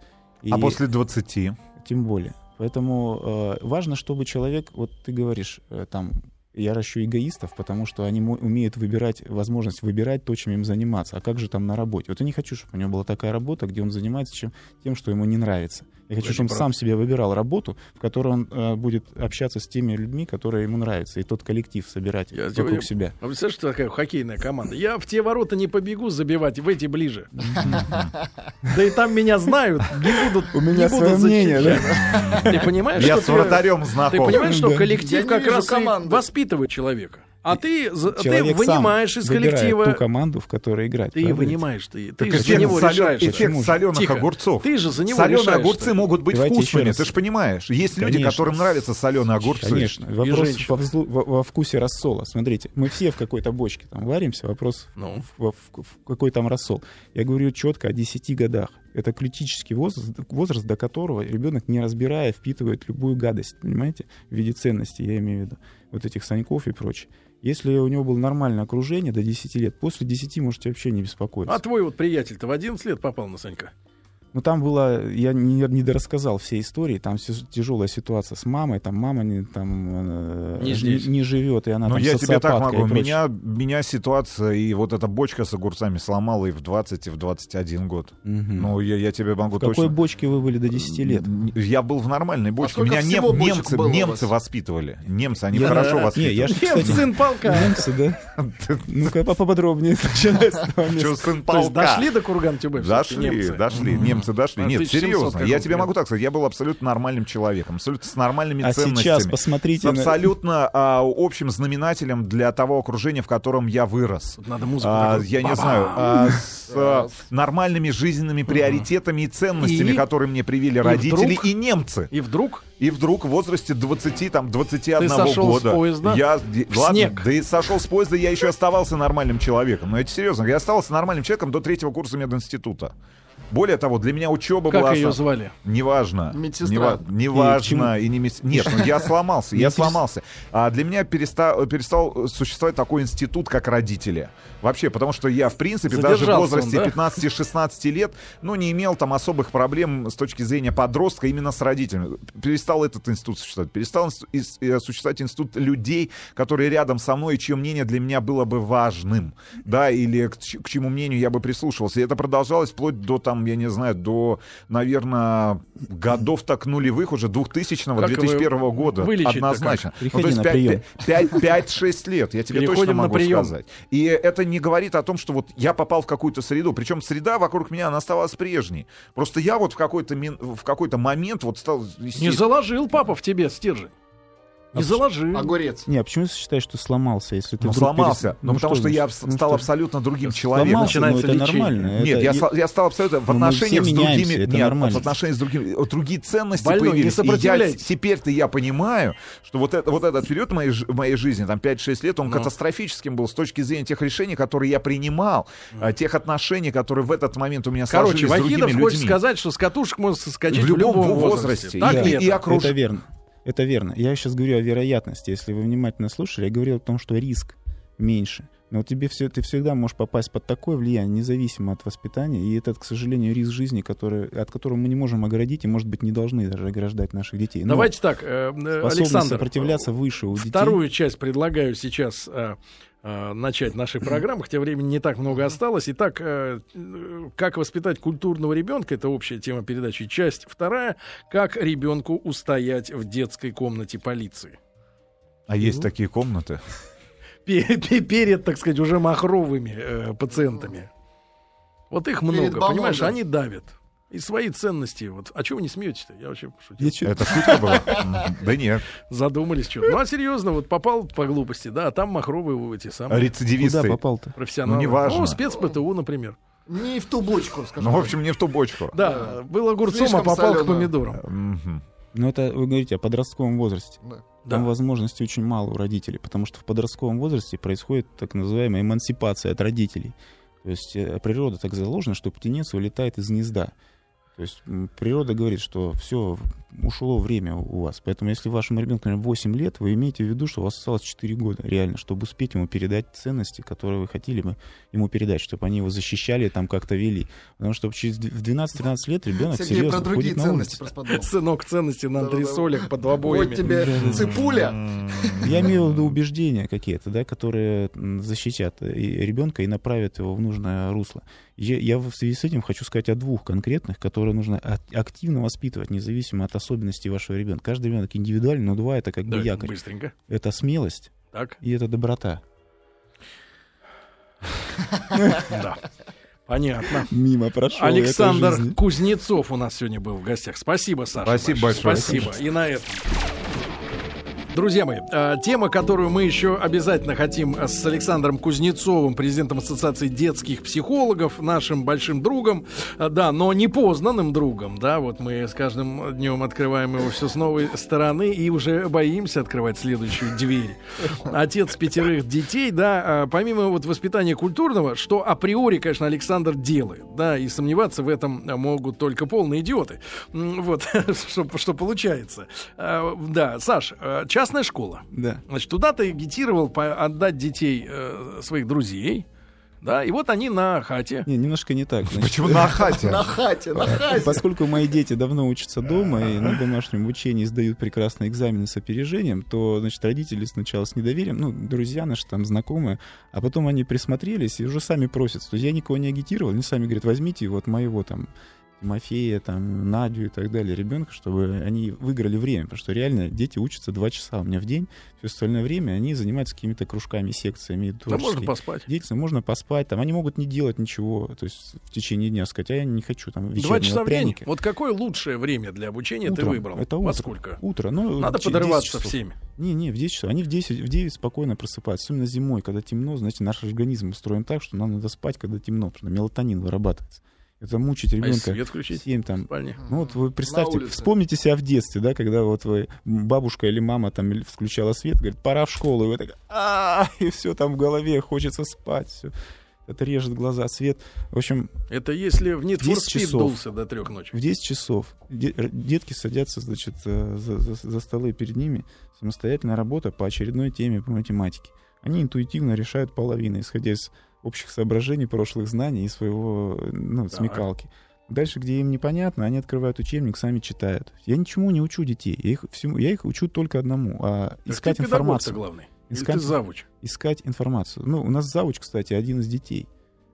И
А после 20?
Тем более. Поэтому э, важно, чтобы человек, вот ты говоришь, э, там, я ращу эгоистов, потому что они мо- умеют выбирать, возможность выбирать то, чем им заниматься. А как же там на работе? Вот я не хочу, чтобы у него была такая работа, где он занимается чем, тем, что ему не нравится. Я хочу,
Это
чтобы он
правда.
сам себе выбирал работу, в которой он э, будет общаться с теми людьми, которые ему нравятся, и тот коллектив собирать
Я
вокруг
тебе-
себя.
А представляешь, что такая хоккейная команда? Я в те ворота не побегу забивать, в эти ближе. Да и там меня знают, не будут
У
не
меня свое
будут
мнение, да?
защищать. Ты понимаешь,
Я
А что
с
ты-
вратарем
Ты
знаком.
понимаешь, что
Да.
Я
коллектив
не
как
вижу
раз и
команды.
воспитывает человека. А ты за- ты
Человек сам
вынимаешь из
выбирает ту
коллектива
команду, в которой играть.
Ты
правда ведь?
вынимаешь, ты, ты
Так
же за
эффект
него
солё-
решаешь.
эффект
Тихо.
соленых огурцов.
Ты же за него
Соленые
решаешь.
огурцы могут быть
Давайте еще
вкусными,
раз.
ты же понимаешь. Есть люди,
Конечно.
которым нравятся соленые огурцы.
Конечно.
женщин.
Вопрос во, взлу- во- во вкусе рассола. Смотрите, мы все в какой-то бочке там варимся. Вопрос
Ну.
в, в- в какой там рассол. Я говорю четко о 10 годах. Это критический возраст, возраст, до которого ребенок, не разбирая, впитывает любую гадость, понимаете, в виде ценностей, я имею в виду, вот этих саньков и прочее. Если у него было нормальное окружение до 10 лет, после 10 можете вообще не беспокоиться.
А твой вот приятель-то в 11 лет попал на Санька?
Ну, там было, я не, не дорассказал все истории, там си- тяжелая ситуация с мамой, там мама не, там, э,
Не здесь.
не живет, и она
Ну,
А там
я тебе так
социопатка и
могу.
прочее.
Меня, меня ситуация и вот эта бочка с огурцами сломала и в 20, и в 21 год.
Мгм.
Ну, я, я тебе могу
Хм. в какой
точно...
бочке вы были до 10 лет?
Н- Я был в нормальной бочке.
А сколько
Меня нем-
всего бочек
немцы,
было у
немцы
вас?
воспитывали. Немцы, они
Я-
хорошо
Не,
воспитывали.
я ж, кстати,
сын полка.
немцы, да? Ну-ка, по- поподробнее. начиная с того места.
Чё, сын
То есть
полка?
дошли до курган тюбе
Дошли, дошли, немцы дошли.
А
Нет,
1700
серьезно, я
каком-то
тебе могу
году.
так сказать, я был абсолютно нормальным человеком, абсолютно с нормальными
А
ценностями.
сейчас посмотрите
С
на-
абсолютно а, общим знаменателем для того окружения, в котором я вырос.
Тут надо музыку.
А,
такую.
я не
Ба-бам. Э,
знаю, а, с а,
Раз.
нормальными жизненными приоритетами и ценностями,
И?
которые мне привили родители
вдруг?
и немцы.
И вдруг
И вдруг в возрасте 20, там, 21
Ты сошел
года...
с поезда
я, ладно,
снег.
Да и сошел с поезда, я еще оставался нормальным человеком. Но это серьезно, я оставался нормальным человеком до третьего курса мединститута. Более того, для меня учеба была...
как ее
основ-
звали?
Неважно.
Медсестра.
Нева- Неважно. И, не медс- Нет, ну я сломался, я
Медсес-
сломался. А для меня перестал, перестал существовать такой институт, как родители. Вообще, потому что я, в принципе, даже в
Задержался он,
возрасте
да?
15-16 лет, ну, не имел там особых проблем с точки зрения подростка именно с родителями. Перестал этот институт существовать. Перестал инсту- ис- э, существовать институт людей, которые рядом со мной, и чье мнение для меня было бы важным, да, или к, ч- к чему мнению я бы прислушивался. И это продолжалось вплоть до, там, я не знаю, до, наверное, годов так нулевых уже, 2000-го,
Как
2001 года.
вылечить-то как?
Однозначно. Ну,
Приходи на
пять-
прием.
пять- пять- 5-6 лет, я тебе точно
Переходим на
могу
прием.
сказать. И это не говорит о том, что вот я попал в какую-то среду. Причем среда вокруг меня, она оставалась прежней. Просто я вот в какой-то, мин- в какой-то момент вот стал... вести-
Не заложил папа в тебе стержень. Не заложил.
Огурец.
Не, а почему ты считаешь, что сломался, если ты
Ну,
вдруг
сломался.
перес-
Ну, потому что,
значит?
я
Ну,
абс- стал
что?
абсолютно другим человеком.
Сломался, но
Начинается
это
лечение.
нормально.
Нет,
это
я,
и-
сла- я стал абсолютно в
Ну, мы
отношениях
все
с другими.
меняемся, это
нет,
нормально.
в отношениях с другими э, другие ценности
Больной, не
появились. И я
сопротивляйтесь.
с- теперь-то я понимаю, что вот, это, вот этот период моей, ж- моей жизни, там 5-6 лет, он
Ну.
катастрофическим был с точки зрения тех решений, которые я принимал, э, тех отношений, которые в этот момент у меня
Короче,
сложились с
Вахидов
другими
хочет
людьми.
сказать, что с катушек можно соскочить
В
в
любом
любом,
возрасте.
возрасте. Так
Да.
ли
И
это?
окруж-
Это верно. Это верно. Я сейчас говорю о вероятности. Если вы внимательно слушали, я говорил о том, что риск меньше. Но тебе все, ты всегда можешь попасть под такое влияние, независимо от воспитания. И этот, к сожалению, риск жизни, который, от которого мы не можем оградить и, может быть, не должны даже ограждать наших
ну,
детей. Но
Давайте так, э, э,
способность
Александр. э,
сопротивляться выше у детей.
Вторую часть предлагаю сейчас э, э, начать нашей программы, хотя времени не так много осталось. Итак, э, э, как воспитать культурного ребенка, это общая тема передачи. Часть вторая, как ребенку устоять в детской комнате полиции.
А есть такие комнаты.
Пе- пе- Перед, так сказать, уже махровыми э, пациентами. Вот их
Перед
много,
баллоном,
понимаешь,
да.
они давят. И свои ценности. Вот. А чего вы не смеетесь-то? Я вообще пошутил.
Я чё-
Это шутка была? Мгм. Да нет.
Задумались что Ну а серьезно, вот попал по глупости, да, а там махровые эти самые
Куда
Рецидивисты.
попал-то?
профессионалы.
Ну, неважно.
Ну, спец ПТУ, например.
Не в ту бочку, скажем.
Ну, в
так.
общем, не в ту бочку.
Да, был огурцом,
Слишком
а попал
солёно.
к помидорам.
Мгм.
Ну, это вы говорите о подростковом возрасте.
Да.
Ну,
Там
Да.
возможностей очень мало у родителей, потому что в подростковом возрасте происходит так называемая эмансипация от родителей. То есть э, природа так заложена, что птенец вылетает из гнезда. То есть м, природа говорит, что все, ушло время у у вас. Поэтому если вашему ребенку, например, 8 лет, вы имеете в виду, что у вас осталось 4 года реально, чтобы успеть ему передать ценности, которые вы хотели бы ему передать, чтобы они его защищали, там как-то вели. Потому что через д- в 12-13 лет ребенок
Сергей
ну, серьезно
про другие
ходит на
ценности
улицу.
просто подумал.
Сынок ценности на
Да-да-да.
антресолях под
Вот
обоями.
тебе ципуля.
Я имею в виду убеждения какие-то, да, которые м, защитят и ребенка и направят его в нужное русло. Я, я в связи с этим хочу сказать о двух конкретных, которые нужно ак- активно воспитывать, независимо от особенностей вашего ребенка. Каждый ребенок индивидуальный, но два это как бы
Давай
якорь.
быстренько.
Это смелость
Так,
и это доброта.
да. Понятно.
Мимо прошел.
Александр Кузнецов у нас сегодня был в гостях. Спасибо, Саша.
Спасибо большое.
Спасибо. И на этом. Друзья мои, э, тема, которую мы еще обязательно хотим э, с Александром Кузнецовым, президентом Ассоциации детских психологов, нашим большим другом, э, да, но непознанным другом, да, вот мы с каждым днем открываем его все с новой стороны и уже боимся открывать следующую дверь. Отец пятерых детей, да, э, помимо вот воспитания культурного, что априори, конечно, Александр делает, да, и сомневаться в этом могут только полные идиоты. М, Вот, что, что получается. Э, Да, Саш, э, частная школа.
Да.
Значит, туда ты агитировал по- отдать детей э, своих друзей, да, и вот они на хате.
Не, немножко не так. значит.
Почему на хате?
На хате, на хате.
Поскольку мои дети давно учатся дома и на домашнем учении сдают прекрасные экзамены с опережением, то, значит, родители сначала с недоверием, ну, друзья наши там, знакомые, а потом они присмотрелись и уже сами просят. То есть я никого не агитировал, они сами говорят, возьмите вот моего там Тимофея, там, Надю и так далее, ребенка, чтобы они выиграли время, потому что реально дети учатся два часа у меня в день, все остальное время они занимаются какими-то кружками, секциями,
Да
творческими
можно поспать.
Единственное, можно поспать, там они могут не делать ничего, то есть в течение дня сказать, а я не хочу там
Два
вечернего
часа в день.
пряника.
Вот какое лучшее время для обучения ты
Утром.
выбрал?
Это
Во
утро.
сколько?
Утро, ну,
Надо
че- 10
подорваться
часов.
в а 7.
Не, не, в 10 часов. Они в 10, в 9 спокойно просыпаются. Особенно зимой, когда темно, знаете, наш организм устроен так, что нам надо спать, когда темно, потому что мелатонин вырабатывается. Это мучить
А если
ребенка.
свет включить?
7
В
там.
спальне.
Ну вот вы представьте,
улице.
вспомните себя в детстве, да, когда вот вы м, бабушка или мама там или включала свет, говорит, пора в школу, и вы так, а и все там в голове, хочется спать, все. Это режет глаза, свет. В общем,
Это если в Need for
10
Speed
часов.
дулся до трех ночи.
в 10 часов де- р- детки садятся, значит, э, за, за- за столы перед ними, самостоятельная работа по очередной теме по математике. Они интуитивно решают половины, исходя из общих соображений, прошлых знаний и своего, э, ну,
Так.
смекалки. Дальше, где им непонятно, они открывают учебник, сами читают. Я ничему не учу детей, я их, всему, я их учу только одному, а
Так
искать
ты педагог-то
информацию
главный. Или
Искать-
ты завуч.
искать информацию. Ну, у нас завуч, кстати, один из детей.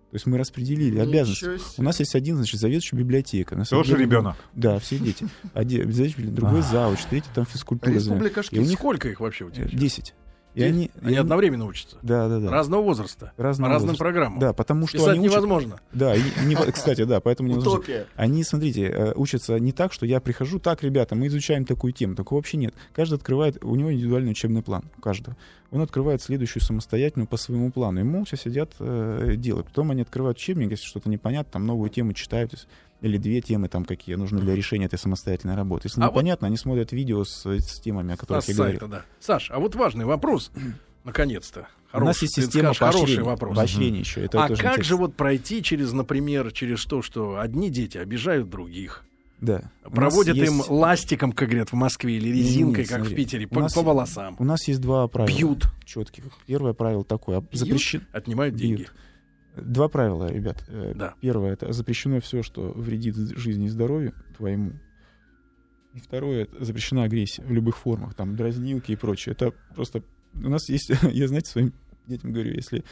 То есть мы распределили обязанности.
Ничего себе.
У нас есть один, значит, заведующий библиотека. На самом
Тоже
деле,
ребенок.
Да, все дети. Один, заведующий, другой завуч, третий там физкультура. занимается.
Республика
И у них
Сколько их вообще у тебя? сейчас?
десять. И
Десять?
они...
Они
и они-
одновременно учатся.
Да, да, да.
Разного возраста.
Разного
По разным
возраста.
программам.
Да, потому что
Писать
они учат...
невозможно.
Да, и не- не- кстати, да, поэтому невозможно.
Утопия.
Они, смотрите, э, учатся не так, что я прихожу, так, ребята, мы изучаем такую тему. Такого вообще нет. Каждый открывает, у него индивидуальный учебный план, у каждого. Он открывает следующую самостоятельную по своему плану. И молча сидят, э, делают. Потом они открывают учебник, если что-то непонятно, там новую тему читают. ис- Или две темы там какие нужны для решения этой самостоятельной работы. Если
А вот-
непонятно, они смотрят видео с, с темами, о которых
С
я
сайта,
говорил.
да. Саш, а вот важный вопрос, наконец-то.
У нас есть
Ты
система
скажешь, хороший
поощрения.
вопрос.
Поощрение еще. Это
а
тоже
как же
интересно.
вот пройти через, например, через то, что одни дети обижают других,
Да. У нас
проводят им
есть-
ластиком, как говорят в Москве, или
Не-не-не,
резинкой, как в
смотри.
Питере,
У
по,
нас-
по волосам,
У нас есть два правила.
Бьют.
Четких. Первое правило такое.
Бьют?
Запрещено.
отнимают
Бьют.
деньги.
Два правила, ребят. Э,
Да.
Первое это запрещено все, что вредит з- жизни и здоровью твоему. И второе это запрещена агрессия в любых формах, там дразнилки и прочее. Это просто у нас есть, я знаете своим детям говорю, если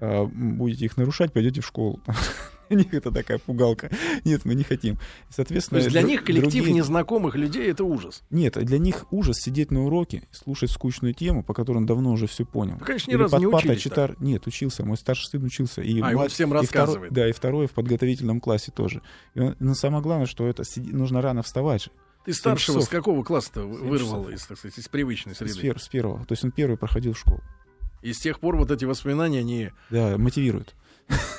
а, м, будете их нарушать, пойдете в школу. У них это такая пугалка. Нет, мы не хотим.
То
Соответственно,
есть для
дру-
них коллектив
другие-
незнакомых людей это ужас.
Нет, для них ужас сидеть на уроке, слушать скучную тему, по которой он давно уже все понял.
Вы, Ну, конечно, ни
Или
разу не
под партой
учились. так.
читар- Нет, учился. Мой старший сын учился. И
А, и
младший-
он всем
и второ-
рассказывает.
Да, и второе в подготовительном классе тоже. И он- Но самое главное, что это сиди- нужно рано вставать же.
Ты старшего
часов.
с какого класса-то вы-
Семь
вырвал
часов.
из, так сказать, из привычной
С,
среды?
пер- с первого. То есть он первый проходил в школу.
И с тех пор вот эти воспоминания, они...
Да, мотивирует.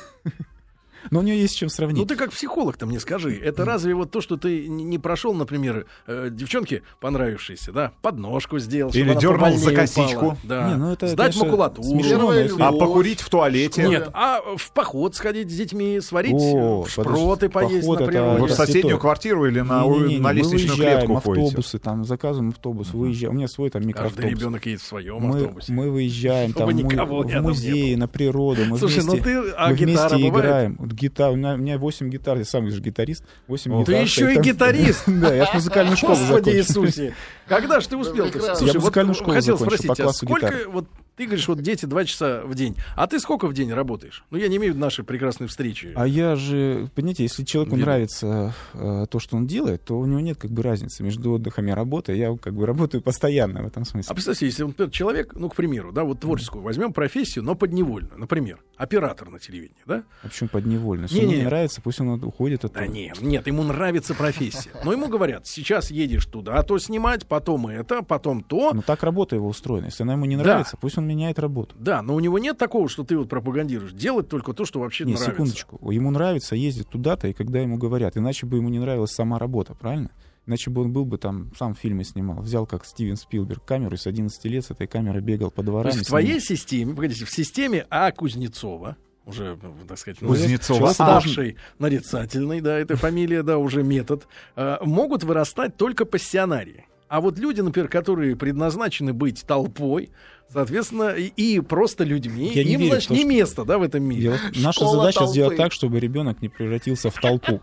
Но у нее есть с чем сравнить.
Ну ты как психолог-то мне скажи, это разве вот то, что ты н- не прошел, например, э, девчонке понравившейся, да, подножку сделал, чтобы
Или
она
дернул
побольнее
за
упала,
косичку.
да.
Не, ну это,
сдать
конечно,
макулатуру.
смешно, но
Первая
если-
А
Вот.
покурить в туалете?
Нет, а в поход сходить с детьми, сварить
О,
э, шпроты
подожди,
поесть
поход
на
это
природе.
Вы Э, в
Нет,
соседнюю
святое.
квартиру или на, у-
Не-не-не,
на
мы
лестничную
выезжаем,
клетку ходите?
автобусы, там заказываем автобус,
Мгм.
выезжаем. У меня свой там
Каждый
микроавтобус.
ребенок едет в своем
Мы,
автобусе.
мы выезжаем
Чтобы
там мы-
никого
в
рядом не
музеи, на природу. Мы
Слушай,
вместе,
ну ты, а
мы
гитара
вместе
бывает?
играем. Вот гита- у, меня, у меня 8 гитар, я сам же гитарист. 8
Ты еще и гитарист!
Да, я ж музыкальную школу
Господи
закончил.
Иисусе! Когда ж ты успел?
Прекрасно.
Слушай,
Я музыкальную
вот
школу
хотел
закончил
спросить,
по
а
классу
сколько
гитары.
вот Ты говоришь, вот дети два часа в день. А ты сколько в день работаешь? Ну, я не имею в виду наши прекрасные встречи.
А я же, понимаете, если человеку
Видно.
нравится э, то, что он делает, то у него нет как бы разницы между отдыхом и работой. Я как бы работаю постоянно в этом
А
смысле.
представьте, если он например, человек, ну, к примеру, да, вот творческую, возьмем профессию, но подневольно. Например, оператор на телевидении, да?
А почему подневольно? Если
Не-не.
ему не нравится, пусть он уходит от
Да нет, нет, ему нравится профессия. Но ему говорят, сейчас едешь туда, а то снимать, потом это, потом то.
Но Ну, так работа его устроена. Если она ему не
Да.
нравится, пусть он меняет работу.
Да, но у него нет такого, что ты вот пропагандируешь. Делать только то, что вообще
Не,
нравится.
секундочку. Ему нравится ездить туда-то, и когда ему говорят. Иначе бы ему не нравилась сама работа, правильно? Иначе бы он был бы там, сам фильмы снимал. Взял, как Стивен Спилберг, камеру и с 11 лет с этой камерой бегал по
То
дворам.
есть в
и снимал.
твоей системе, погодите, в системе А. Кузнецова, уже, ну, так сказать, ну,
Кузнецова.
Уставший, нарицательный, да, это фамилия, да, уже метод, э, могут вырастать только пассионарии. А вот люди, например, которые предназначены быть толпой, соответственно, и, и просто людьми,
Я не
им,
верю в
значит,
то,
не
что-
место, да, в этом мире.
Дело- Наша
Школа
задача
толпы.
сделать так, чтобы ребенок не превратился в толпу.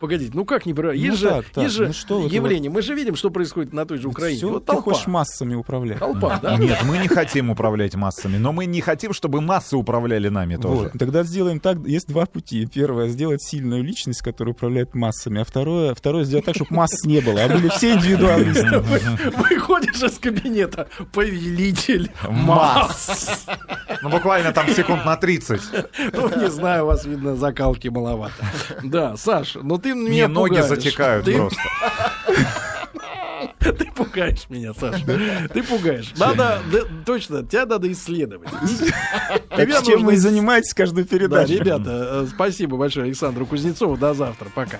Погодите, ну как не про...
Ну
Есть же,
так, так,
есть же
ну что вот-
явление. Мы же видим, что происходит на той же Украине.
Всё,
Вот
ты
толпа.
хочешь массами управлять.
Толпа, да?
А Нет, мы не хотим управлять массами, но мы не хотим, чтобы массы управляли нами тоже.
Вот. Тогда сделаем так. Есть два пути. Первое сделать сильную личность, которая управляет массами, а второе, второе сделать так, чтобы масс не было, а были все индивидуалисты.
Выходишь из кабинета, повелитель масс.
Ну, буквально там секунд на 30.
Ну, не знаю, у вас, видно, закалки маловато. Да, Саш, ну ты
Мне
меня
ноги
пугаешь.
затекают
ты,
просто.
Ты пугаешь меня, Саш. Ты пугаешь. Надо, да, точно, тебя надо исследовать.
Так
Тебя
чем
нужно
вы и занимаетесь каждую
Да,
передачу.
ребята, э, спасибо большое Александру Кузнецову. До завтра. Пока.